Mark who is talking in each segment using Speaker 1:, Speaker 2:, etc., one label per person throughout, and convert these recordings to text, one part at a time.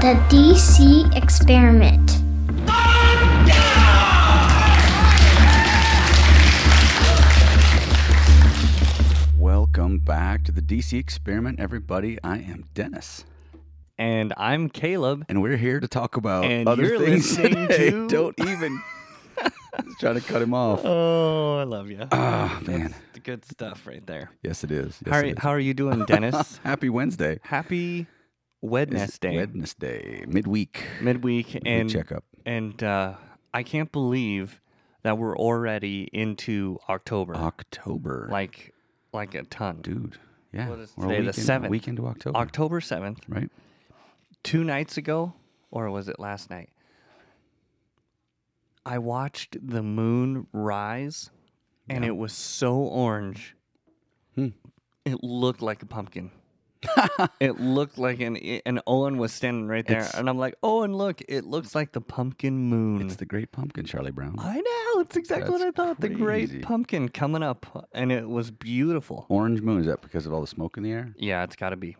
Speaker 1: the DC experiment.
Speaker 2: Welcome back to the DC Experiment, everybody. I am Dennis,
Speaker 3: And I'm Caleb.
Speaker 2: and we're here to talk about
Speaker 3: And
Speaker 2: other
Speaker 3: you're
Speaker 2: things
Speaker 3: listening
Speaker 2: today.
Speaker 3: to-
Speaker 2: Don't even Just trying to cut him off.
Speaker 3: Oh, I love you.
Speaker 2: Ah, man.
Speaker 3: That's good stuff right there.
Speaker 2: Yes, it is. Yes,
Speaker 3: how, are,
Speaker 2: it
Speaker 3: you-
Speaker 2: is.
Speaker 3: how are you doing, Dennis?
Speaker 2: Happy Wednesday.
Speaker 3: Happy
Speaker 2: It's
Speaker 3: Wednesday,
Speaker 2: Wednesday, midweek.
Speaker 3: midweek,
Speaker 2: Midweek
Speaker 3: and
Speaker 2: checkup.
Speaker 3: and uh, I can't believe that we're already into October,
Speaker 2: October.
Speaker 3: like like a ton.
Speaker 2: dude. Yeah.
Speaker 3: What is
Speaker 2: we're a
Speaker 3: today, the
Speaker 2: weekend-
Speaker 3: 7th?
Speaker 2: Weekend to October.
Speaker 3: October seventh,
Speaker 2: right?
Speaker 3: two nights ago, or was it last night? I watched the moon rise, and it was so orange.
Speaker 2: Hmm.
Speaker 3: It looked like a pumpkin. it looked like an and Owen was standing right there,
Speaker 2: It's-
Speaker 3: and I'm like, Owen, look, it looks like the pumpkin moon.
Speaker 2: It's the Great Pumpkin, Charlie Brown.
Speaker 3: I know. It's exactly what I
Speaker 2: That's
Speaker 3: thought. The
Speaker 2: crazy.
Speaker 3: great pumpkin coming up, and it was beautiful.
Speaker 2: Orange moon. Is that because of all the smoke in the air?
Speaker 3: Yeah, it's got to be.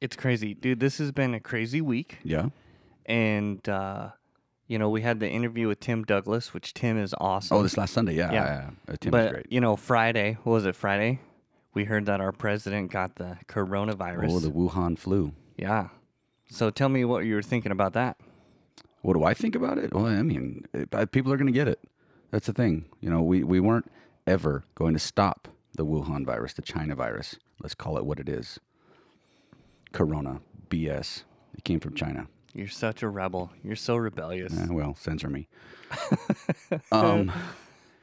Speaker 3: It's crazy, dude. This has been a crazy week,
Speaker 2: Yeah.
Speaker 3: and uh, you know we had the interview with Tim Douglas, which Tim is awesome.
Speaker 2: Oh, this last Sunday. Yeah.
Speaker 3: Yeah.
Speaker 2: Uh, Tim was
Speaker 3: but
Speaker 2: great.
Speaker 3: you know, Friday what was it? Friday, we heard that our president got the coronavirus.
Speaker 2: Oh, the Wuhan flu.
Speaker 3: yeah. So tell me what you were thinking about that.
Speaker 2: What do I think about it? Well, I mean, it, uh, people are going to get it. That's the thing. You know, we, we weren't ever going to stop the Wuhan virus, the China virus. Let's call it what it is. Corona BS. It came from China.
Speaker 3: You're such a rebel. You're so rebellious.
Speaker 2: Eh, well, censor me. um,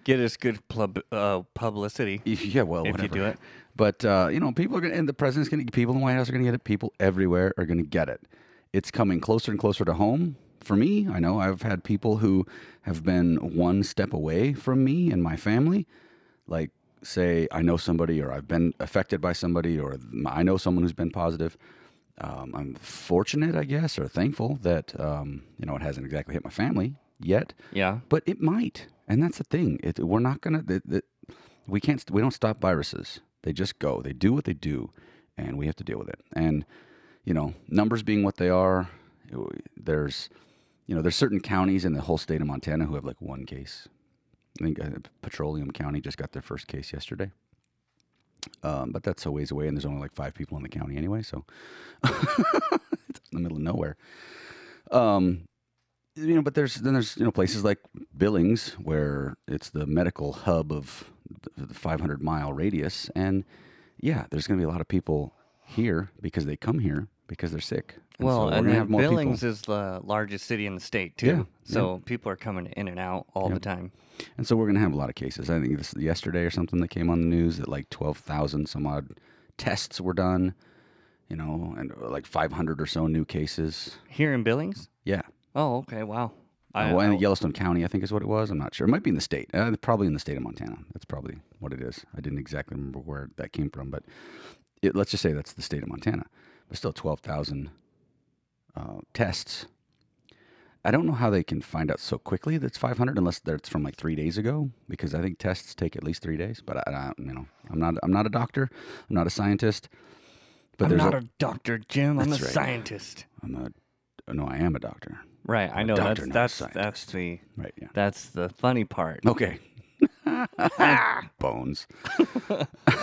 Speaker 3: Get us good plub- uh, publicity.
Speaker 2: yeah, well,
Speaker 3: If you
Speaker 2: whatever.
Speaker 3: do it.
Speaker 2: But uh, you know, people are going, to and the president's going to, people in the White House are going to get it. People everywhere are going to get it. It's coming closer and closer to home for me. I know I've had people who have been one step away from me and my family, like say I know somebody or I've been affected by somebody or m- I know someone who's been positive. Um, I'm fortunate, I guess, or thankful that um, you know it hasn't exactly hit my family yet
Speaker 3: Yeah.
Speaker 2: but it might and that's the thing it, we're not gonna th th we can't we don't stop viruses they just go they do what they do and we have to deal with it and you know numbers being what they are it- there's you know there's certain counties in the whole state of montana who have like one case i think uh, petroleum county just got their first case yesterday um, but that's a ways away and there's only like five people in the county anyway so it's in the middle of nowhere um, you know, but there's then there's you know places like Billings where it's the medical hub of the- the 500 mile radius, and yeah, there's going to be a lot of people here because they come here because they're sick. And so
Speaker 3: Well,
Speaker 2: we're
Speaker 3: and
Speaker 2: gonna
Speaker 3: then
Speaker 2: have more people.
Speaker 3: Billings is the largest city in the state too.
Speaker 2: Yeah, yeah.
Speaker 3: so people are coming in and out all the time.
Speaker 2: And so we're going to have a lot of cases. I think this yesterday or something that came on the news that like 12,000 some odd tests were done, you know, and uh, like 500 or so new cases.
Speaker 3: Here in Billings?
Speaker 2: Yeah.
Speaker 3: Oh, okay. Wow. I,
Speaker 2: Uh, well,
Speaker 3: I-
Speaker 2: in Yellowstone County, I think is what it was. I'm not sure. It might be in the state. Uh, probably in the state of Montana. That's probably what it is. I didn't exactly remember where that came from, but it, let's just say that's the state of Montana. But still, 12,000 uh, tests. I don't know how they can find out so quickly that's 500 unless that's from like three days ago because I think tests take at least three days. But I, I you know, I'm not I'm not a doctor. I'm not a scientist. But
Speaker 3: I'm
Speaker 2: there's
Speaker 3: not
Speaker 2: a,
Speaker 3: a doctor, Jim. I'm a
Speaker 2: That's right.
Speaker 3: scientist.
Speaker 2: I'm a no, I am a doctor.
Speaker 3: Right. I
Speaker 2: a
Speaker 3: know
Speaker 2: doctor, not a
Speaker 3: that's that's
Speaker 2: scientist.
Speaker 3: that's the
Speaker 2: Right? Yeah.
Speaker 3: that's the funny part.
Speaker 2: Okay. Bones.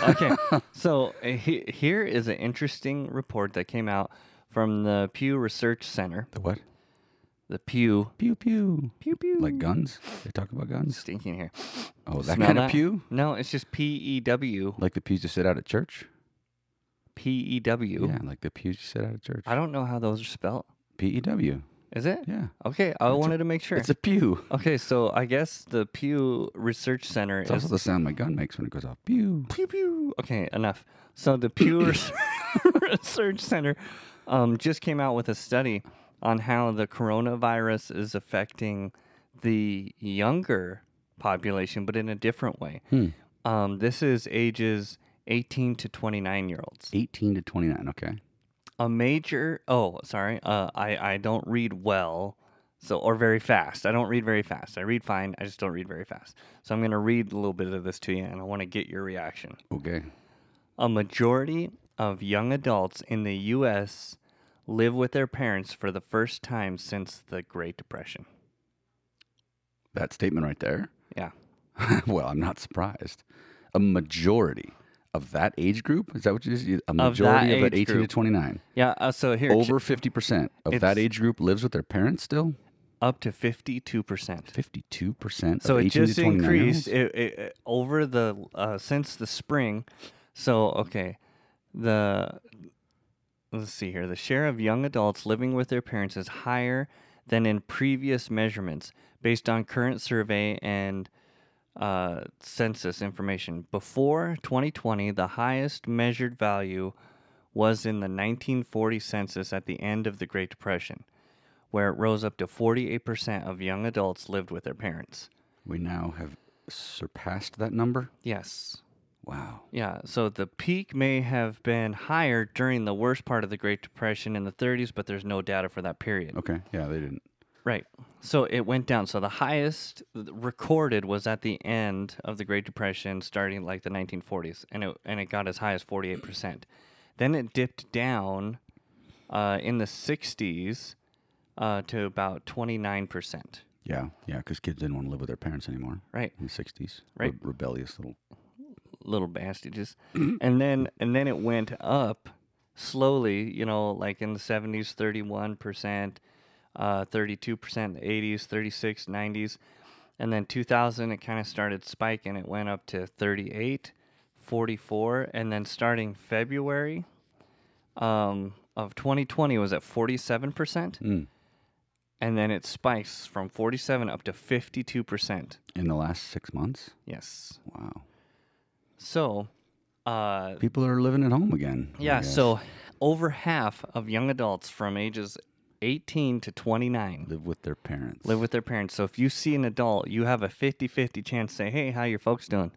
Speaker 3: okay. So uh, he, here is an interesting report that came out from the Pew Research Center.
Speaker 2: The what?
Speaker 3: The Pew
Speaker 2: Pew pew.
Speaker 3: Pew Pew.
Speaker 2: Like guns? They talk about guns?
Speaker 3: stinking here.
Speaker 2: Oh, that
Speaker 3: Smell
Speaker 2: kind of pew?
Speaker 3: No, it's just P E W
Speaker 2: Like the pews you sit out at church?
Speaker 3: P E W.
Speaker 2: Yeah, like the pews you sit out at church.
Speaker 3: I don't know how those are spelt.
Speaker 2: P E W.
Speaker 3: Is it?
Speaker 2: Yeah.
Speaker 3: Okay, I wanted to make sure.
Speaker 2: It's a pew.
Speaker 3: okay, so I guess the Pew Research Center
Speaker 2: It's
Speaker 3: is
Speaker 2: also the sound my gun makes when it goes off. Pew.
Speaker 3: pew pew. Okay, enough. So the Pew Res- Research Center um, just came out with a study on how the coronavirus is affecting the younger population, but in a different way. Um, this is ages 18 to 29 year olds.
Speaker 2: 18 to 29. Okay.
Speaker 3: a major oh sorry uh, I, I don't read well so or very fast i don't read very fast i read fine i just don't read very fast so i'm going to read a little bit of this to you and i want to get your reaction
Speaker 2: Okay.
Speaker 3: a majority of young adults in the us live with their parents for the first time since the Great Depression.
Speaker 2: That statement right there.
Speaker 3: Yeah.
Speaker 2: well, I'm not surprised. A majority of that age group is that what you just a
Speaker 3: that
Speaker 2: majority of that,
Speaker 3: age
Speaker 2: 18
Speaker 3: group.
Speaker 2: to 29.
Speaker 3: Yeah. Uh, so here, ch-
Speaker 2: Over 50% of
Speaker 3: It's-
Speaker 2: that age group lives with their parents still.
Speaker 3: up to 52%.
Speaker 2: 52%
Speaker 3: So
Speaker 2: of
Speaker 3: it
Speaker 2: 18
Speaker 3: just
Speaker 2: to 29
Speaker 3: increased it, it, it- over the uh, since the spring. So okay, the let's see here. The share of young adults living with their parents is higher than in previous measurements, based on current survey and uh, census information. Before 2020, the highest measured value was in the 1940 census at the end of the Great Depression, where it rose up to 48% of young adults lived with their parents.
Speaker 2: we now have surpassed that number.
Speaker 3: Yes.
Speaker 2: Wow.
Speaker 3: Yeah. So the peak may have been higher during the worst part of the Great Depression in the 30s, but there's no data for that period.
Speaker 2: Okay. Yeah, they didn't.
Speaker 3: Right. So it went down. So the highest recorded was at the end of the Great Depression, starting like the 1940s, and it and it got as high as 48 percent. Then it dipped down uh, in the 60s uh, to about 29 percent.
Speaker 2: Yeah. Yeah, because kids didn't want to live with their parents anymore
Speaker 3: Right.
Speaker 2: in the 60s.
Speaker 3: Right.
Speaker 2: Re- rebellious little.
Speaker 3: little bastards. and then and then it went up slowly, you know, like in the 70s 31%, uh 32%, 80s 36, 90s. And then 2000 it kind of started spiking. It went up to 38, 44, and then starting February um of 2020 was at 47%.
Speaker 2: Mm.
Speaker 3: And then it spikes from 47 up to 52%.
Speaker 2: In the last six months?
Speaker 3: Yes.
Speaker 2: Wow.
Speaker 3: So, uh
Speaker 2: People are living at home again. I
Speaker 3: Yeah,
Speaker 2: guess.
Speaker 3: so over half of young adults from ages 18 to 29 live,
Speaker 2: Live with their parents.
Speaker 3: with their parents. So if you see an adult, you have a 50-50 chance to say, "Hey, how your folks doing?"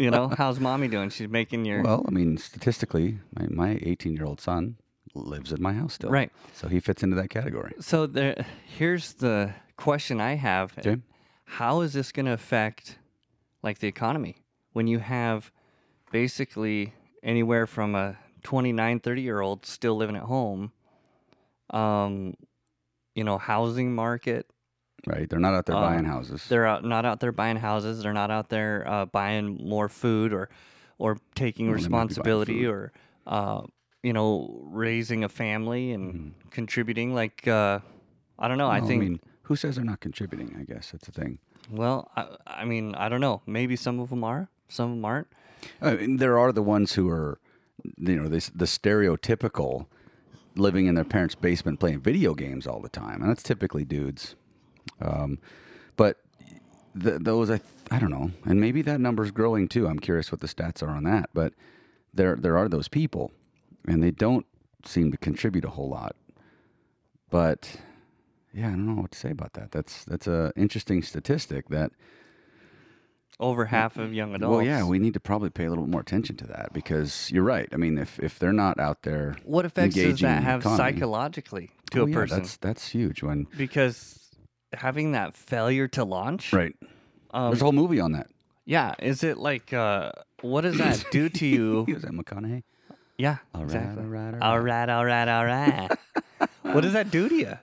Speaker 3: you know, "How's mommy doing? She's making your
Speaker 2: Well, I mean, statistically, my, my 18 year old son lives at my house still.
Speaker 3: Right.
Speaker 2: So he fits into that category.
Speaker 3: So there here's the question I have.
Speaker 2: Okay.
Speaker 3: How is this going to affect like the economy when you have basically anywhere from a 29, 30 year old still living at home? Um you know, housing market.
Speaker 2: Right. They're not out there
Speaker 3: Uh,
Speaker 2: buying houses.
Speaker 3: They're out, not out there buying houses. They're not out there uh, buying more food or or taking
Speaker 2: Well, they might be buying
Speaker 3: responsibility
Speaker 2: food.
Speaker 3: or uh, you know raising a family and contributing. Like uh, I don't know. I
Speaker 2: Well,
Speaker 3: think
Speaker 2: Mm-hmm. I mean, who says they're not contributing? I guess that's the thing.
Speaker 3: Well, I, I mean, I don't know. Maybe some of them are, some of them aren't.
Speaker 2: I mean, Oh, there are the ones who are, you know, this, the stereotypical living in their parents' basement playing video games all the time, and that's typically dudes. Um, but th- those, I, th- I don't know, and maybe that number's growing too. I'm curious what the stats are on that, but there there are those people, and they don't seem to contribute a whole lot. But yeah, I don't know what to say about that. That's that's a interesting statistic that
Speaker 3: Over half of young adults.
Speaker 2: well, yeah, we need to probably pay a little bit more attention to that because you're right. I mean, if if they're not out there,
Speaker 3: what effects does
Speaker 2: engaging in
Speaker 3: that
Speaker 2: the
Speaker 3: have
Speaker 2: economy-
Speaker 3: psychologically to
Speaker 2: Oh,
Speaker 3: a
Speaker 2: yeah,
Speaker 3: person?
Speaker 2: that's that's huge. When
Speaker 3: Because having that failure to launch,
Speaker 2: right,
Speaker 3: Um,
Speaker 2: there's a whole movie on that.
Speaker 3: yeah, is it like uh, what does that do to you?
Speaker 2: He was at McConaughey.
Speaker 3: Yeah,
Speaker 2: All right,
Speaker 3: exactly.
Speaker 2: all right, all
Speaker 3: all right, all right, all right. what does that do to you,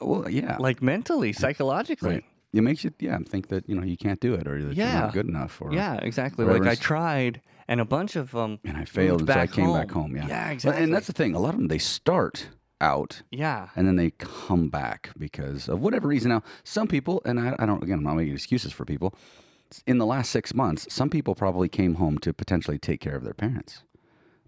Speaker 2: Well, yeah,
Speaker 3: like mentally, psychologically?
Speaker 2: right. It makes you yeah think that you know you can't do it or that you're
Speaker 3: Yeah.
Speaker 2: not good enough or
Speaker 3: Yeah, exactly. Like I
Speaker 2: Whatever's-
Speaker 3: tried, and a bunch of um, them,
Speaker 2: and I failed and so I came back home. Yeah,
Speaker 3: yeah,
Speaker 2: Well,
Speaker 3: exactly.
Speaker 2: And that's the thing. A lot of them they start out
Speaker 3: yeah.
Speaker 2: and then they come back because of whatever reason. Now, some people, and I, I don't, again, I'm not making excuses for people. In the last six months, some people probably came home to potentially take care of their parents,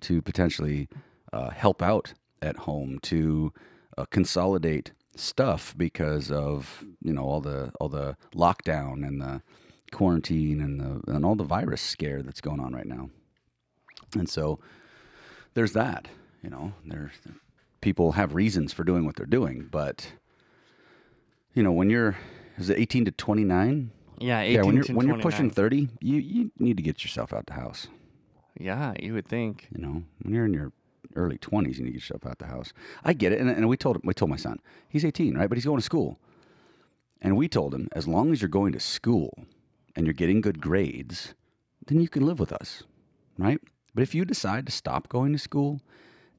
Speaker 2: to potentially uh, help out at home, to uh, consolidate stuff because of you know all the all the lockdown and the quarantine and the and all the virus scare that's going on right now, and so there's that. You know, there's people have reasons for doing what they're doing, but you know, when you're is it 18 to 29?
Speaker 3: Yeah, 18
Speaker 2: Yeah, when you're
Speaker 3: to
Speaker 2: when you're pushing
Speaker 3: 29.
Speaker 2: 30, you you need to get yourself out the house.
Speaker 3: Yeah, you would think.
Speaker 2: You know, when you're in your early 20s, you need to get yourself out the house. I get it, and, and we told we told my son he's 18, right? But he's going to school, and we told him as long as you're going to school and you're getting good grades, then you can live with us, right? But if you decide to stop going to school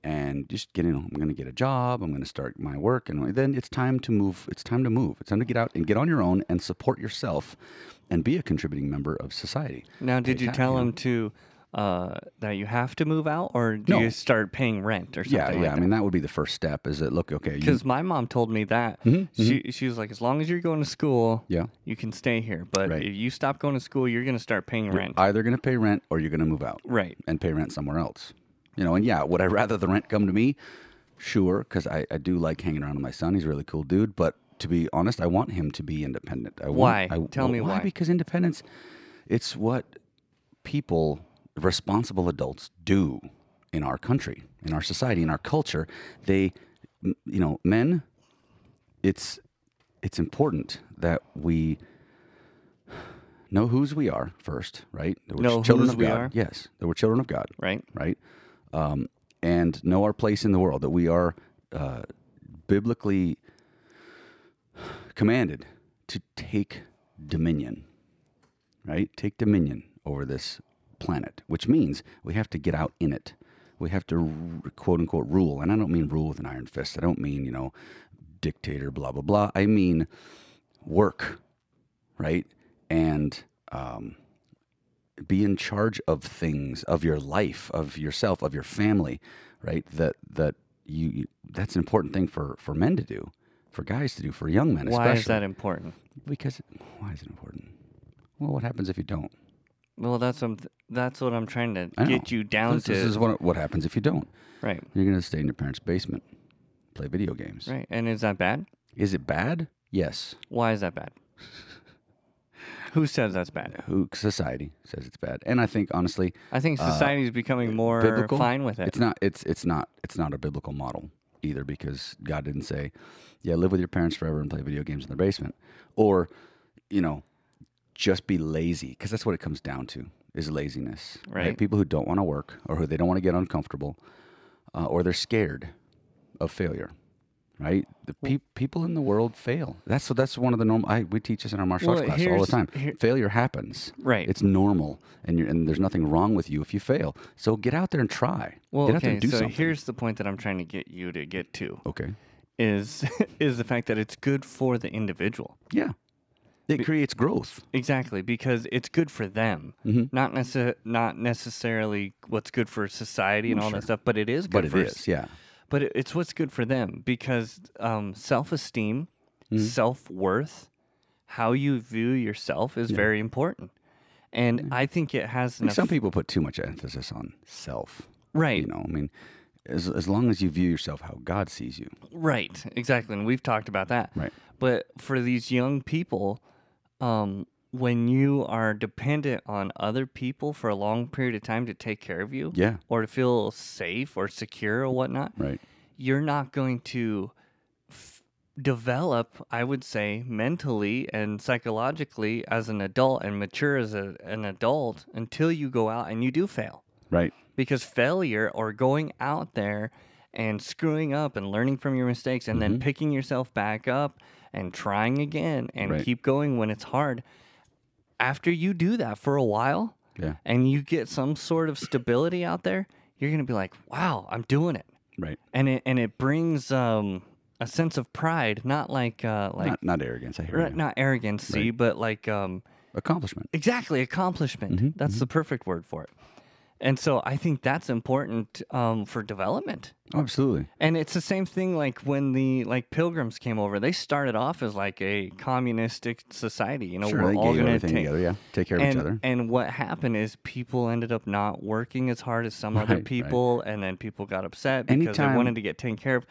Speaker 2: and just get in. I'm going to get a job. I'm going to start my work, and then it's time to move. It's time to move. It's time to get out and get on your own and support yourself, and be a contributing member of society.
Speaker 3: Now, did
Speaker 2: Pay
Speaker 3: you
Speaker 2: tax,
Speaker 3: tell
Speaker 2: yeah.
Speaker 3: him to uh, that you have to move out, or do
Speaker 2: No.
Speaker 3: you start paying rent or something?
Speaker 2: yeah,
Speaker 3: like
Speaker 2: yeah.
Speaker 3: that?
Speaker 2: I mean, that would be the first step. Is that look okay? You,
Speaker 3: Because my mom told me that
Speaker 2: Mhm,
Speaker 3: she she was like, as long as you're going to school,
Speaker 2: yeah.
Speaker 3: you can stay here. But
Speaker 2: Right.
Speaker 3: if you stop going to school, you're going to start paying
Speaker 2: You're
Speaker 3: rent.
Speaker 2: either going to pay rent or you're going to move out.
Speaker 3: right.
Speaker 2: and pay rent somewhere else. You know, and yeah, would I rather the rent come to me? Sure, because I, I do like hanging around with my son. He's a really cool dude. But to be honest, I want him to be independent. I
Speaker 3: Why?
Speaker 2: Want, I,
Speaker 3: Tell me why.
Speaker 2: Because independence, it's what people, responsible adults, do in our country, in our society, in our culture. They, m- you know, men. It's it's important that we know whose we are first, right? That we're
Speaker 3: Know
Speaker 2: children
Speaker 3: whose
Speaker 2: of
Speaker 3: we
Speaker 2: God.
Speaker 3: are.
Speaker 2: Yes, that we're children of God
Speaker 3: Right.
Speaker 2: right? Um, and know our place in the world, that we are uh, biblically commanded to take dominion, right? Take dominion over this planet, which means we have to get out in it. We have to r- quote unquote rule. And I don't mean rule with an iron fist, I don't mean, you know, dictator, blah, blah, blah. I mean work, right? And, um, be in charge of things of your life of yourself of your family right that that you, you that's an important thing for for men to do for guys to do for young men
Speaker 3: Why
Speaker 2: especially
Speaker 3: is that important?
Speaker 2: because why is it important well what happens if you don't
Speaker 3: Well, that's what I'm th- that's what I'm trying to
Speaker 2: I know.
Speaker 3: get you down
Speaker 2: this,
Speaker 3: to.
Speaker 2: this is what what happens if you don't
Speaker 3: right.
Speaker 2: you're going to stay in your parents basement play video games
Speaker 3: Right. And is that bad?
Speaker 2: is it bad yes
Speaker 3: Why is that bad? Who says that's bad?
Speaker 2: who society says it's bad and i think honestly
Speaker 3: I think society's becoming more
Speaker 2: Uh, biblical?
Speaker 3: fine with it.
Speaker 2: It's not. It's it's not. It's not a biblical model either because God didn't say, "Yeah, live with your parents forever and play video games in their basement," or, you know, just be lazy because that's what it comes down to is laziness.
Speaker 3: Right.
Speaker 2: People who don't want to work or who they don't want to get uncomfortable, uh, or they're scared of failure. Right. The pe- people in the world fail. That's so. That's one of the normal. I we teach this in our martial
Speaker 3: Well,
Speaker 2: arts class all the
Speaker 3: here's-
Speaker 2: time.
Speaker 3: here-
Speaker 2: Failure happens.
Speaker 3: Right.
Speaker 2: It's normal, and you're, and there's nothing wrong with you if you fail. So get out there and try.
Speaker 3: well,
Speaker 2: get out
Speaker 3: okay.
Speaker 2: there and do
Speaker 3: so
Speaker 2: something.
Speaker 3: here's the point that I'm trying to get you to get to
Speaker 2: okay.
Speaker 3: is is the fact that it's good for the individual.
Speaker 2: Yeah. It creates growth.
Speaker 3: Exactly, because it's good for them,
Speaker 2: Mm-hmm.
Speaker 3: not necess- not necessarily what's good for society and all that stuff, but it is good
Speaker 2: Mm, But it
Speaker 3: for
Speaker 2: is. Yeah.
Speaker 3: But it, it's what's good for them because um, self esteem,
Speaker 2: Mm-hmm.
Speaker 3: self worth, how you view yourself is very important, and I think it has
Speaker 2: I think
Speaker 3: enough.
Speaker 2: Some people put too much emphasis on self.
Speaker 3: right,
Speaker 2: You know, I mean, as, as long as you view yourself how God sees you.
Speaker 3: Right, exactly. And we've talked about that.
Speaker 2: Right.
Speaker 3: But for these young people, um, when you are dependent on other people for a long period of time to take care of you
Speaker 2: Yeah.
Speaker 3: or to feel safe or secure or whatnot,
Speaker 2: Right.
Speaker 3: you're not going to f- develop, I would say, mentally and psychologically as an adult and mature as a, an adult until you go out and you do fail
Speaker 2: Right.
Speaker 3: because failure or going out there and screwing up and learning from your mistakes and
Speaker 2: Mm-hmm.
Speaker 3: then picking yourself back up and trying again and
Speaker 2: Right.
Speaker 3: keep going when it's hard after you do that for a while
Speaker 2: Yeah.
Speaker 3: and you get some sort of stability out there you're going to be like wow I'm doing it
Speaker 2: Right.
Speaker 3: and it and it brings um a sense of pride not like uh like
Speaker 2: not, not arrogance. I hear
Speaker 3: not,
Speaker 2: you.
Speaker 3: not arrogancy but like um
Speaker 2: Accomplishment.
Speaker 3: Exactly, accomplishment.
Speaker 2: Mm-hmm,
Speaker 3: that's the perfect word for it. And so I think that's important um, for development.
Speaker 2: Oh, absolutely.
Speaker 3: And it's the same thing like when the like pilgrims came over, they started off as like a communistic society. You know,
Speaker 2: sure.
Speaker 3: we're
Speaker 2: They
Speaker 3: all
Speaker 2: gave
Speaker 3: going to
Speaker 2: everything
Speaker 3: take
Speaker 2: together. Yeah. Take care of
Speaker 3: and,
Speaker 2: each other.
Speaker 3: And what happened is people ended up not working as hard as some
Speaker 2: Right,
Speaker 3: other
Speaker 2: right.
Speaker 3: people, and then people got upset because
Speaker 2: Anytime-
Speaker 3: they wanted to get taken care of.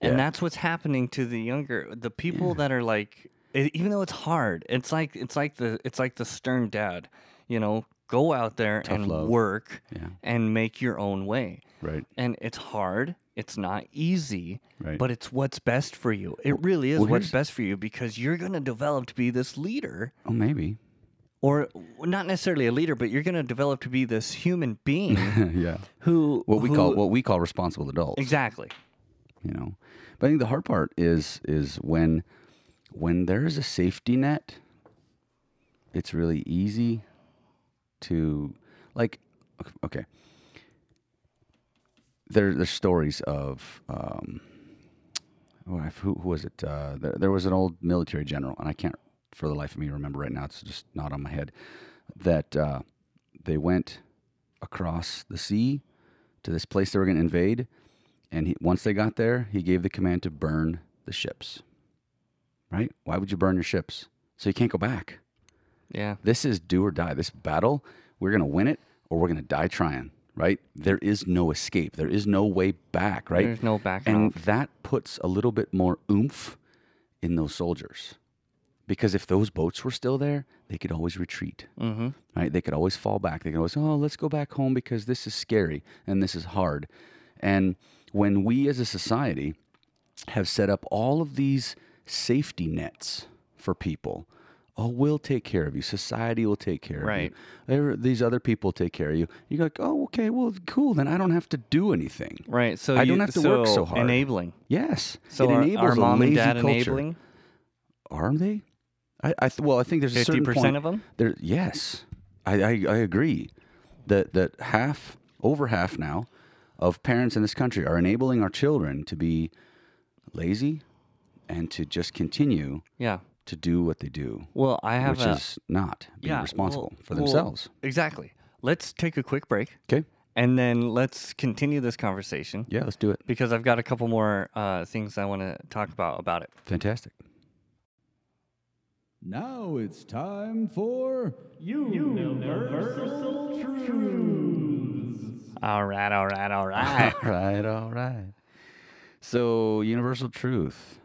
Speaker 3: And
Speaker 2: Yeah.
Speaker 3: that's what's happening to the younger, the people that are like, e- even though it's hard, it's like it's like the it's like the stern dad, you know, go out there and
Speaker 2: love.
Speaker 3: work
Speaker 2: Yeah.
Speaker 3: and make your own way.
Speaker 2: Right.
Speaker 3: And it's hard. It's not easy,
Speaker 2: Right.
Speaker 3: but it's what's best for you. It really is
Speaker 2: well,
Speaker 3: what's
Speaker 2: here's-
Speaker 3: best for you because you're going to develop to be this leader
Speaker 2: Oh, maybe.
Speaker 3: or well, not necessarily a leader, but you're going to develop to be this human being
Speaker 2: yeah.
Speaker 3: who
Speaker 2: What we call
Speaker 3: who-
Speaker 2: what we call responsible adults.
Speaker 3: exactly
Speaker 2: you know but i think the hard part is is when when there is a safety net it's really easy to like okay there, there's stories of um, oh, I f- who, who was it? Uh, there, there was an old military general, and I can't for the life of me remember right now. It's just not on my head. That uh, they went across the sea to this place they were going to invade, and he, once they got there, he gave the command to burn the ships. Right? Why would you burn your ships? So you can't go back.
Speaker 3: Yeah.
Speaker 2: This is do or die. This battle, we're going to win it or we're going to die trying, right? There is no escape. There is no way back, right?
Speaker 3: There's no backing
Speaker 2: and
Speaker 3: off.
Speaker 2: that puts a little bit more oomph in those soldiers. Because if those boats were still there, they could always retreat,
Speaker 3: Mm-hmm.
Speaker 2: right? They could always fall back. They could always, oh, let's go back home because this is scary and this is hard. And when we as a society have set up all of these safety nets for people, oh, we'll take care of you. Society will take care of you
Speaker 3: Right.
Speaker 2: there- these other people take care of you. You're like, oh, okay, well, cool. Then I don't have to do anything.
Speaker 3: Right. So
Speaker 2: I
Speaker 3: you,
Speaker 2: don't have to work so hard.
Speaker 3: Enabling.
Speaker 2: Yes,
Speaker 3: So
Speaker 2: it
Speaker 3: are,
Speaker 2: enables
Speaker 3: are
Speaker 2: a
Speaker 3: mom and
Speaker 2: lazy
Speaker 3: dad
Speaker 2: culture.
Speaker 3: enabling?
Speaker 2: Are they? I, I th- well, I think there's a
Speaker 3: Fifty
Speaker 2: certain
Speaker 3: percent
Speaker 2: point.
Speaker 3: of them.
Speaker 2: there, yes, I, I I agree that that half over half now of parents in this country are enabling our children to be lazy and to just continue
Speaker 3: Yeah.
Speaker 2: to do what they do,
Speaker 3: Well, I have
Speaker 2: which
Speaker 3: a,
Speaker 2: is not being
Speaker 3: yeah,
Speaker 2: responsible
Speaker 3: well-
Speaker 2: for
Speaker 3: well,
Speaker 2: themselves.
Speaker 3: exactly. Let's take a quick break
Speaker 2: Okay,
Speaker 3: and then let's continue this conversation
Speaker 2: yeah, let's do it.
Speaker 3: because I've got a couple more uh, things I want to talk about about it.
Speaker 2: Fantastic.
Speaker 4: Now it's time for
Speaker 3: All right. All right. All right.
Speaker 2: all right, all right. So, universal truth.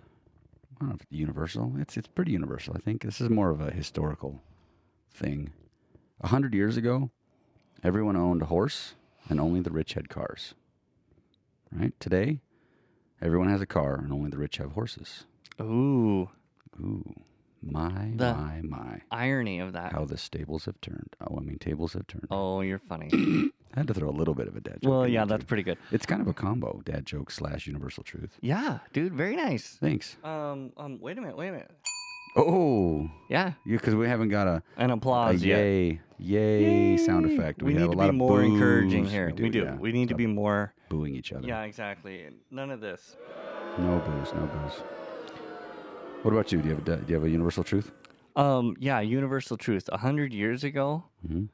Speaker 2: I don't know if it's universal. It's it's pretty universal. I think this is more of a historical thing. A hundred years ago, everyone owned a horse, and only the rich had cars. Right today, everyone has a car, and only the rich have horses.
Speaker 3: Ooh.
Speaker 2: Ooh, my
Speaker 3: The-
Speaker 2: my my!
Speaker 3: Irony of that.
Speaker 2: How the stables have turned. Oh, I mean tables have turned.
Speaker 3: Oh, you're funny.
Speaker 2: I had to throw a little bit of a dad joke.
Speaker 3: well,
Speaker 2: in
Speaker 3: yeah,
Speaker 2: there,
Speaker 3: that's
Speaker 2: too.
Speaker 3: pretty good.
Speaker 2: It's kind of a combo: dad joke slash universal truth.
Speaker 3: Yeah, dude, very nice.
Speaker 2: Thanks.
Speaker 3: Um, um, wait a minute, wait a minute.
Speaker 2: Oh,
Speaker 3: Yeah,
Speaker 2: yeah, because we haven't got a,
Speaker 3: an
Speaker 2: a
Speaker 3: applause. yet.
Speaker 2: yay, yay sound effect.
Speaker 3: We,
Speaker 2: have
Speaker 3: need
Speaker 2: a
Speaker 3: to
Speaker 2: lot
Speaker 3: be
Speaker 2: of
Speaker 3: more encouraging
Speaker 2: boos.
Speaker 3: here. We do. We,
Speaker 2: yeah.
Speaker 3: need to
Speaker 2: Stop
Speaker 3: be more.
Speaker 2: booing each other.
Speaker 3: Yeah, exactly. None of this.
Speaker 2: No boos, no boos. What about you? Do you have a, do you have a universal truth?
Speaker 3: Um, yeah, universal truth. A hundred years ago,
Speaker 2: Mhm.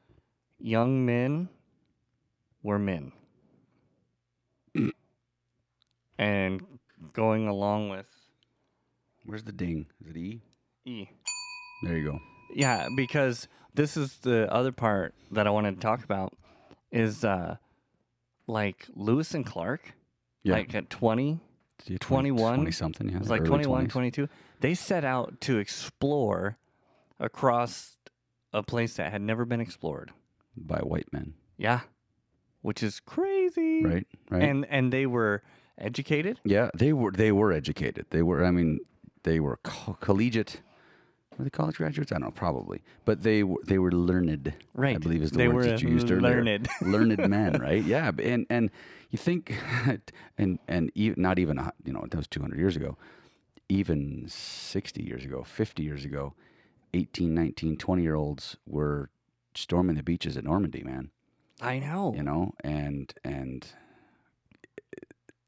Speaker 3: young men were men, and going along with
Speaker 2: Where's the ding? Is it E?
Speaker 3: e.
Speaker 2: There you go.
Speaker 3: Yeah, because this is the other part that I wanted to talk about is uh like Lewis and Clark,
Speaker 2: Yeah.
Speaker 3: like at 20,
Speaker 2: Yeah,
Speaker 3: 21?
Speaker 2: 20 something. Yeah,
Speaker 3: it was like
Speaker 2: early
Speaker 3: 21,
Speaker 2: 20s.
Speaker 3: 22, they set out to explore across a place that had never been explored.
Speaker 2: by white men,
Speaker 3: Yeah. Which is crazy.
Speaker 2: right? Right.
Speaker 3: And and they were educated.
Speaker 2: yeah, they were they were educated. They were. I mean, they were co- collegiate. Were they college graduates? I don't know, probably, but they were they were learned. I
Speaker 3: Right.
Speaker 2: believe is the
Speaker 3: They
Speaker 2: word
Speaker 3: were
Speaker 2: that you used earlier.
Speaker 3: learned.
Speaker 2: learned men, right? Yeah, b- and and you think, and and e- not even a hu- you know that was two hundred years ago, even sixty years ago, fifty years ago, 18, 19, 20 year olds were storming the beaches at Normandy, man.
Speaker 3: I know.
Speaker 2: You know, and and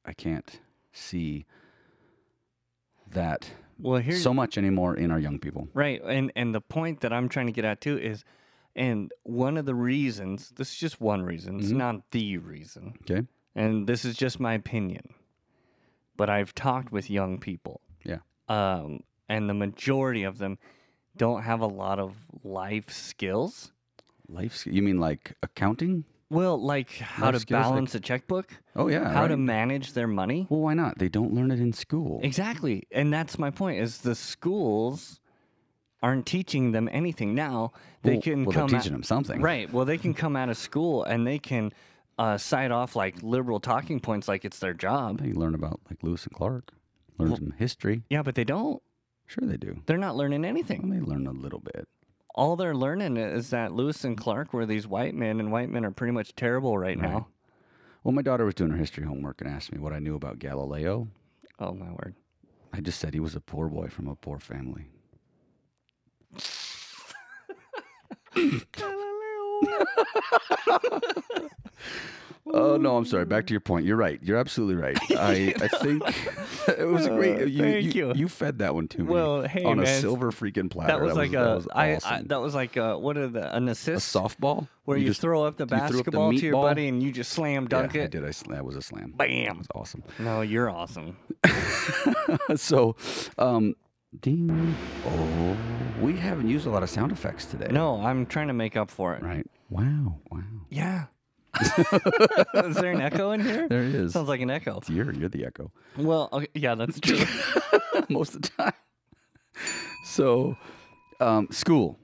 Speaker 2: I can't see that
Speaker 3: Well, here's
Speaker 2: so much anymore in our young people.
Speaker 3: Right. And and the point that I'm trying to get at too is and one of the reasons, this is just one reason,
Speaker 2: Mm-hmm.
Speaker 3: it's not the reason.
Speaker 2: Okay,
Speaker 3: And this is just my opinion. But I've talked with young people.
Speaker 2: yeah,
Speaker 3: Um and the majority of them don't have a lot of life skills.
Speaker 2: life. sk- You mean like accounting?
Speaker 3: Well, like how
Speaker 2: Life
Speaker 3: to
Speaker 2: skills, like-
Speaker 3: balance a checkbook,
Speaker 2: Oh yeah,
Speaker 3: how to
Speaker 2: right.
Speaker 3: manage their money.
Speaker 2: Well, why not? They don't learn it in school.
Speaker 3: Exactly. And that's my point is the schools aren't teaching them anything. Now they
Speaker 2: Well-
Speaker 3: can
Speaker 2: well, they're
Speaker 3: come
Speaker 2: teaching them something.
Speaker 3: Right. Well, they can come out of school and they can uh, side off like liberal talking points like it's their job.
Speaker 2: They learn about like Lewis and Clark, learn some history.
Speaker 3: Yeah, but they don't.
Speaker 2: Sure, they do.
Speaker 3: They're not learning
Speaker 2: Well,
Speaker 3: anything.
Speaker 2: they learn a little bit.
Speaker 3: All they're learning is that Lewis and Clark were these white men, and white men are pretty much terrible right, now.
Speaker 2: Well, my daughter was doing her history homework and asked me what I knew about Galileo.
Speaker 3: Oh my word.
Speaker 2: I just said he was a poor boy from a poor family. Oh no, I'm sorry. Back to your point. You're right. You're absolutely right. I, I think it was a great.
Speaker 3: Uh,
Speaker 2: you,
Speaker 3: thank
Speaker 2: you,
Speaker 3: you.
Speaker 2: you fed that one to me.
Speaker 3: Well, hey,
Speaker 2: on a
Speaker 3: man,
Speaker 2: silver freaking platter.
Speaker 3: That was like
Speaker 2: that
Speaker 3: a
Speaker 2: was
Speaker 3: I
Speaker 2: awesome.
Speaker 3: I- that was like a, what are the an assist
Speaker 2: a softball
Speaker 3: where you,
Speaker 2: just-
Speaker 3: throw up the
Speaker 2: you threw up the
Speaker 3: basketball to your
Speaker 2: meatball?
Speaker 3: buddy and you just slam dunk
Speaker 2: yeah, I
Speaker 3: it.
Speaker 2: did. I sl- that was a slam. That
Speaker 3: Bam!
Speaker 2: was awesome.
Speaker 3: No, you're awesome.
Speaker 2: so, um, ding. Oh, we haven't used a lot of sound effects today.
Speaker 3: No, I'm trying to make up for it.
Speaker 2: Right. Wow. Wow.
Speaker 3: Yeah. is there an echo in here?
Speaker 2: There it is.
Speaker 3: Sounds like an echo.
Speaker 2: It's you're you're the echo
Speaker 3: Well, okay, yeah, that's true.
Speaker 2: most of the time. So, um, school,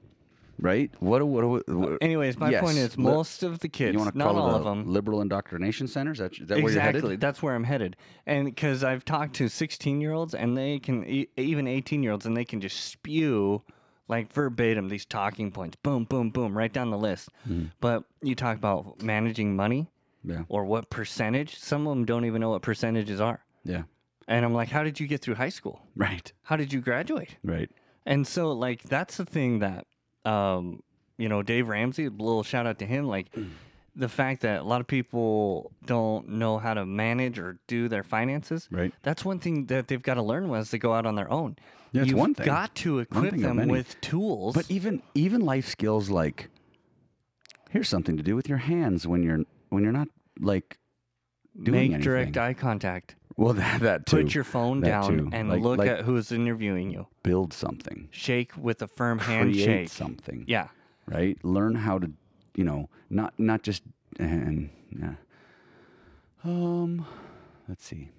Speaker 2: right? What? do- What? do- what, what
Speaker 3: Anyways, my point
Speaker 2: Yes.
Speaker 3: is
Speaker 2: Li-
Speaker 3: most of the kids,
Speaker 2: you want to
Speaker 3: not
Speaker 2: call
Speaker 3: all
Speaker 2: it
Speaker 3: of
Speaker 2: a
Speaker 3: them,
Speaker 2: liberal indoctrination centers? That, is that where you're
Speaker 3: exactly.
Speaker 2: headed?
Speaker 3: That's where I'm headed. And because I've talked to 16 year olds and they can, e- even 18 year olds, and they can just spew like verbatim these talking points boom, boom, boom, right down the list.
Speaker 2: Mm-hmm.
Speaker 3: But you talk about managing money
Speaker 2: Yeah.
Speaker 3: or what percentage, some of them don't even know what percentages are.
Speaker 2: Yeah.
Speaker 3: And I'm like, how did you get through high school?
Speaker 2: Right.
Speaker 3: How did you graduate?
Speaker 2: Right.
Speaker 3: And so, like, that's the thing that, um, you know, Dave Ramsey, little shout out to him. Like, the fact that a lot of people don't know how to manage or do their finances.
Speaker 2: Right.
Speaker 3: That's one thing that they've got to learn was to go out on their own.
Speaker 2: Yeah, it's
Speaker 3: You've
Speaker 2: one thing.
Speaker 3: got to equip
Speaker 2: thing of
Speaker 3: them
Speaker 2: many.
Speaker 3: with tools.
Speaker 2: But even even life skills like here's something to do with your hands when you're when you're not like doing
Speaker 3: make
Speaker 2: anything.
Speaker 3: direct eye contact.
Speaker 2: well that that too.
Speaker 3: Put your phone
Speaker 2: That
Speaker 3: down
Speaker 2: too.
Speaker 3: and
Speaker 2: Like-
Speaker 3: look
Speaker 2: like-
Speaker 3: at who's interviewing you.
Speaker 2: build something,
Speaker 3: Shake with a firm
Speaker 2: create
Speaker 3: handshake.
Speaker 2: something.
Speaker 3: Yeah.
Speaker 2: Right. Learn how to you know not not just and yeah. Um, let's see.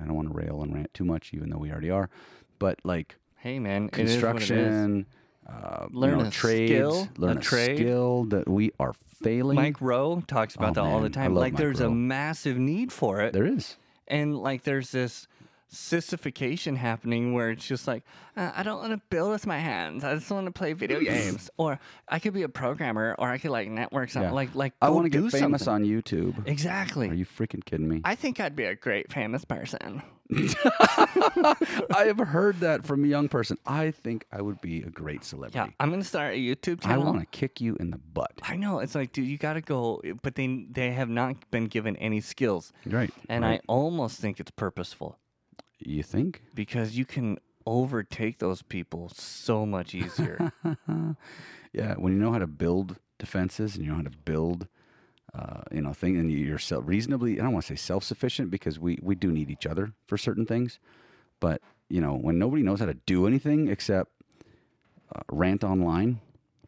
Speaker 2: I don't want to rail and rant too much, even though we already are. But like
Speaker 3: Hey, man. it is what it is.
Speaker 2: construction, uh, you
Speaker 3: Learn
Speaker 2: know,
Speaker 3: a
Speaker 2: trades,
Speaker 3: skill,
Speaker 2: learn
Speaker 3: a
Speaker 2: a,
Speaker 3: trade.
Speaker 2: skill that we are failing.
Speaker 3: Mike Rowe talks about
Speaker 2: Oh,
Speaker 3: that all the
Speaker 2: man, I
Speaker 3: time.
Speaker 2: love
Speaker 3: Like,
Speaker 2: Mike
Speaker 3: there's a
Speaker 2: Rowe.
Speaker 3: massive need for it,
Speaker 2: there is.
Speaker 3: and like, there's this sissification happening where it's just like, uh, I don't want to build with my hands. I just want to play video games, or I could be a programmer, or I could like network something.
Speaker 2: Yeah.
Speaker 3: Like, like
Speaker 2: I
Speaker 3: want to
Speaker 2: get famous on YouTube.
Speaker 3: Exactly.
Speaker 2: Are you freaking kidding me?
Speaker 3: I think I'd be a great famous person.
Speaker 2: I have heard that from a young person. I think I would be a great
Speaker 3: Yeah,
Speaker 2: celebrity.
Speaker 3: I'm gonna start a YouTube
Speaker 2: I
Speaker 3: channel.
Speaker 2: want to kick you in the butt.
Speaker 3: I know it's like, dude, you gotta go, but they they have not been given any skills,
Speaker 2: Right.
Speaker 3: and
Speaker 2: right.
Speaker 3: I almost think it's purposeful.
Speaker 2: You think?
Speaker 3: because you can overtake those people so much easier.
Speaker 2: yeah. When you know how to build defenses and you know how to build, uh, you know, thing, and you're self reasonably, I don't want to say self sufficient because we we do need each other for certain things, but you know, when nobody knows how to do anything except uh, rant online,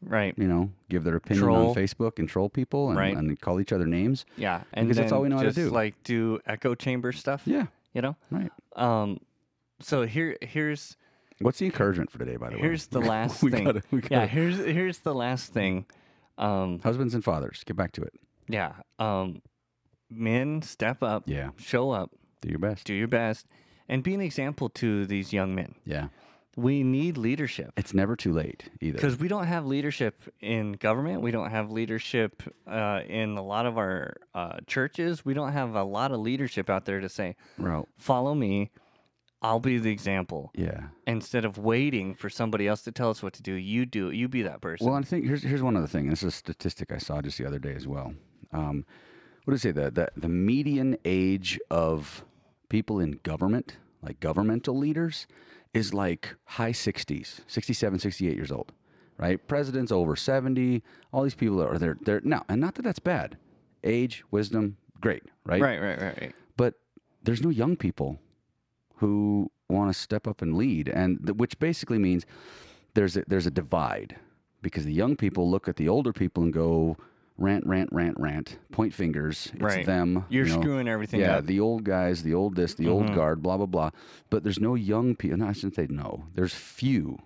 Speaker 3: right.
Speaker 2: you know, give their opinion
Speaker 3: Troll.
Speaker 2: on Facebook and troll people and,
Speaker 3: Right.
Speaker 2: and call each other names.
Speaker 3: Yeah. And
Speaker 2: Because that's all
Speaker 3: then
Speaker 2: we know how to
Speaker 3: just,
Speaker 2: do.
Speaker 3: Like do echo chamber stuff.
Speaker 2: Yeah.
Speaker 3: You know?
Speaker 2: Right.
Speaker 3: Um so here here's
Speaker 2: What's the encouragement for today, by the way?
Speaker 3: here's the last
Speaker 2: we
Speaker 3: thing.
Speaker 2: Gotta, we
Speaker 3: yeah,
Speaker 2: gotta,
Speaker 3: here's here's the last thing. Um
Speaker 2: Husbands and fathers, get back to it.
Speaker 3: yeah. Um men step up,
Speaker 2: Yeah.
Speaker 3: show up,
Speaker 2: Do your best.
Speaker 3: do your best, and be an example to these young men.
Speaker 2: Yeah.
Speaker 3: We need leadership.
Speaker 2: It's never too late either.
Speaker 3: because we don't have leadership in government we don't have leadership uh, in a lot of our uh, churches we don't have a lot of leadership out there to say
Speaker 2: Right.
Speaker 3: follow me i'll be the example
Speaker 2: Yeah.
Speaker 3: instead of waiting for somebody else to tell us what to do you do it. you be that person
Speaker 2: Well, I think here's here's one other thing. This is a statistic I saw just the other day as well. Um, what do you say? The, the the median age of people in government, like governmental leaders, is like high 60s, 67, 68 years old, right? Presidents over 70. All these people are they're they're now, and not that that's bad. Age, wisdom, great, right?
Speaker 3: right right right right
Speaker 2: but there's no young people who want to step up and lead, and th- which basically means there's a, there's a divide because the young people look at the older people and go rant, rant, rant, rant, point fingers. It's
Speaker 3: Right.
Speaker 2: them.
Speaker 3: you're
Speaker 2: you know.
Speaker 3: screwing everything
Speaker 2: Yeah,
Speaker 3: up Mm-hmm.
Speaker 2: the old guys, the old this, the old guard, blah blah blah. But there's no young people. No, I shouldn't say no. There's few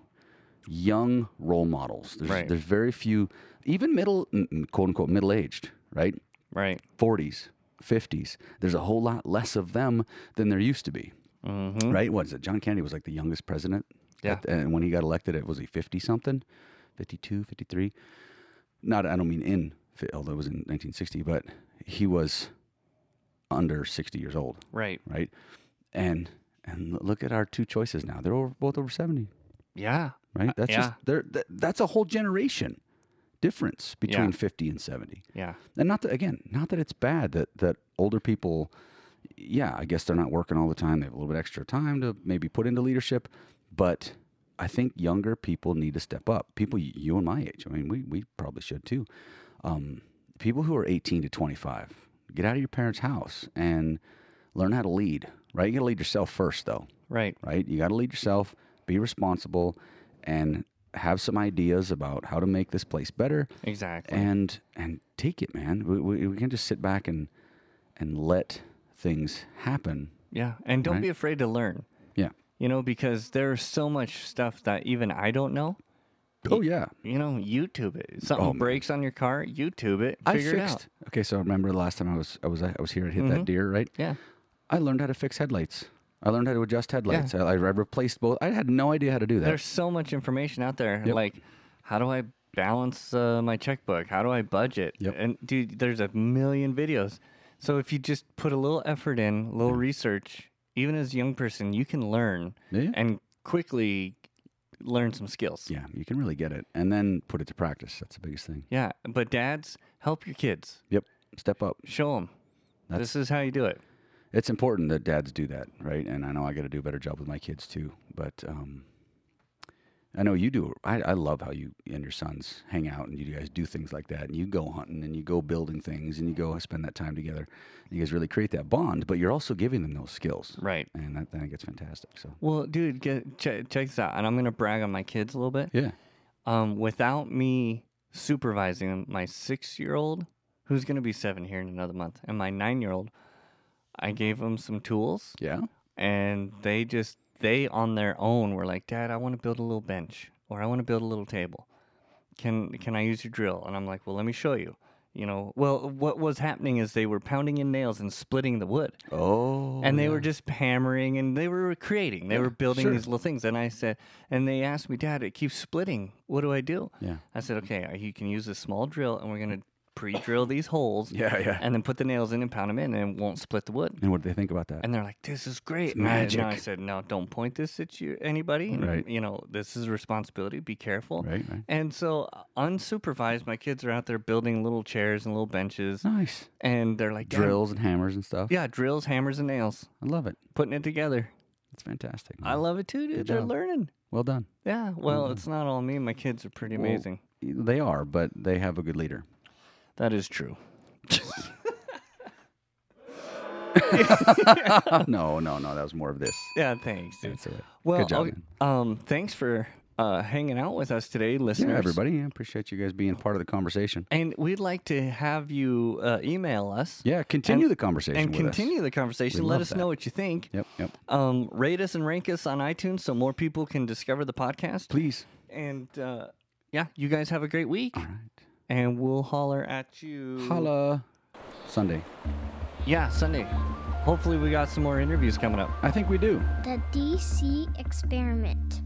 Speaker 2: young role models. There's,
Speaker 3: Right.
Speaker 2: there's very few, even middle, quote unquote, middle aged, right?
Speaker 3: right
Speaker 2: 40s, 50s. There's a whole lot less of them than there used to be.
Speaker 3: Mhm.
Speaker 2: Right? What is it? John Kennedy was like the youngest president.
Speaker 3: Yeah.
Speaker 2: at- and when he got elected, it was he 50 something, 52, 53. Not, I don't mean in, fi- although it was in 1960, but he was under 60 years old,
Speaker 3: right
Speaker 2: right? And and look at our two choices now. They're over, both over 70,
Speaker 3: yeah
Speaker 2: right? That's
Speaker 3: Uh, yeah.
Speaker 2: just they're, th- that's a whole generation difference between 50 and 70.
Speaker 3: Yeah.
Speaker 2: And not that again, not that it's bad that that older people, yeah, I guess they're not working all the time. They have a little bit extra time to maybe put into leadership, but I think younger people need to step up. People y- you and my age. I mean, we we probably should too. Um, people who are 18 to 25, get out of your parents' house and learn how to lead. Right, you got to lead yourself first, though
Speaker 3: Right.
Speaker 2: right? You got to lead yourself, be responsible, and have some ideas about how to make this place better,
Speaker 3: Exactly.
Speaker 2: and and take it, man. We, we, we can just sit back and and let things happen.
Speaker 3: yeah. And don't
Speaker 2: Right.
Speaker 3: be afraid to learn.
Speaker 2: Yeah.
Speaker 3: You know, because there's so much stuff that even I don't know.
Speaker 2: Oh yeah.
Speaker 3: You know, YouTube it. Something
Speaker 2: Oh, man.
Speaker 3: breaks on your car, YouTube it.
Speaker 2: I
Speaker 3: Figure it out. Mm-hmm.
Speaker 2: fixed. Okay, so remember the last time I was I was I was here. I hit that deer, right?
Speaker 3: Yeah.
Speaker 2: I learned how to fix headlights. I learned how to adjust headlights. I, I replaced both. I had no idea how to do that.
Speaker 3: There's so much information out there. Like, how do I balance uh, my checkbook? How do I budget?
Speaker 2: Yep.
Speaker 3: And dude, there's a million videos. So if you just put a little effort in, a little research, even as a young person, you can learn
Speaker 2: Yeah.
Speaker 3: and quickly learn some skills.
Speaker 2: yeah, you can really get it, and then put it to practice. That's the biggest thing.
Speaker 3: Yeah, But dads, help your kids.
Speaker 2: Yep, step up.
Speaker 3: Show them. this is how you do it.
Speaker 2: it's important that dads do that, right? And I know I got to do a better job with my kids too. But um, I know you do. I, I love how you and your sons hang out and you guys do things like that. And you go hunting and you go building things and you go spend that time together. And you guys really create that bond, but you're also giving them those skills.
Speaker 3: Right.
Speaker 2: And that, I think it's fantastic. So,
Speaker 3: Well, dude, get, check, check this out. And I'm going to brag on my kids a little bit.
Speaker 2: yeah.
Speaker 3: um, without me supervising them, my six year old, who's going to be seven here in another month, and my nine year old, I gave them some tools
Speaker 2: Yeah.
Speaker 3: and they just, they on their own were like, Dad, I want to build a little bench or I want to build a little table. Can, can I use your drill? And I'm like, Well, let me show you. You know, well, what was happening is they were pounding in nails and splitting the wood
Speaker 2: Oh.
Speaker 3: and they were just hammering and they were creating they were building
Speaker 2: sure.
Speaker 3: these little things and i said and they asked me dad it keeps splitting what do i do
Speaker 2: Yeah.
Speaker 3: i said okay uh, you can use a small drill and we're going to pre-drill these holes
Speaker 2: Yeah, yeah.
Speaker 3: and then put the nails in and pound them in and it won't split the wood
Speaker 2: And what did they think about that?
Speaker 3: and they're like this is great And I- and I,
Speaker 2: magic.
Speaker 3: said no don't point this at you anybody and,
Speaker 2: Right.
Speaker 3: you know this is a responsibility be careful
Speaker 2: Right, right.
Speaker 3: and so uh, unsupervised my kids are out there building little chairs and little benches
Speaker 2: nice.
Speaker 3: and they're like "Dad,
Speaker 2: Drills and hammers and stuff.
Speaker 3: yeah drills hammers and nails
Speaker 2: I love it.
Speaker 3: putting it together
Speaker 2: It's fantastic.
Speaker 3: I love it too, dude. They're
Speaker 2: job. Mm-hmm.
Speaker 3: learning.
Speaker 2: Well done.
Speaker 3: Yeah. Well, it's not all me. My kids are pretty
Speaker 2: Well,
Speaker 3: amazing.
Speaker 2: They are, but they have a good leader.
Speaker 3: That is true.
Speaker 2: Ah, no, no, no. That was more of this.
Speaker 3: Yeah. Thanks, dude.
Speaker 2: That's all right.
Speaker 3: well,
Speaker 2: Good job,
Speaker 3: okay,
Speaker 2: man.
Speaker 3: um, thanks for uh, hanging out with us today, listeners.
Speaker 2: Yeah, everybody. I appreciate you guys being part of the conversation.
Speaker 3: And we'd like to have you uh, email us.
Speaker 2: Yeah, continue
Speaker 3: And-
Speaker 2: the conversation.
Speaker 3: And
Speaker 2: with us.
Speaker 3: continue the conversation.
Speaker 2: We
Speaker 3: Let
Speaker 2: love
Speaker 3: us
Speaker 2: that.
Speaker 3: know what you think.
Speaker 2: Yep, yep.
Speaker 3: Um, rate us and rank us on iTunes so more people can discover the podcast.
Speaker 2: Please.
Speaker 3: And uh, yeah, you guys have a great week.
Speaker 2: All right.
Speaker 3: And we'll holler at you.
Speaker 2: Holla.
Speaker 3: Mm.
Speaker 2: Sunday.
Speaker 3: Yeah, Sunday. Hopefully, we got some more interviews coming up.
Speaker 2: I think we do.
Speaker 1: The DC Experiment.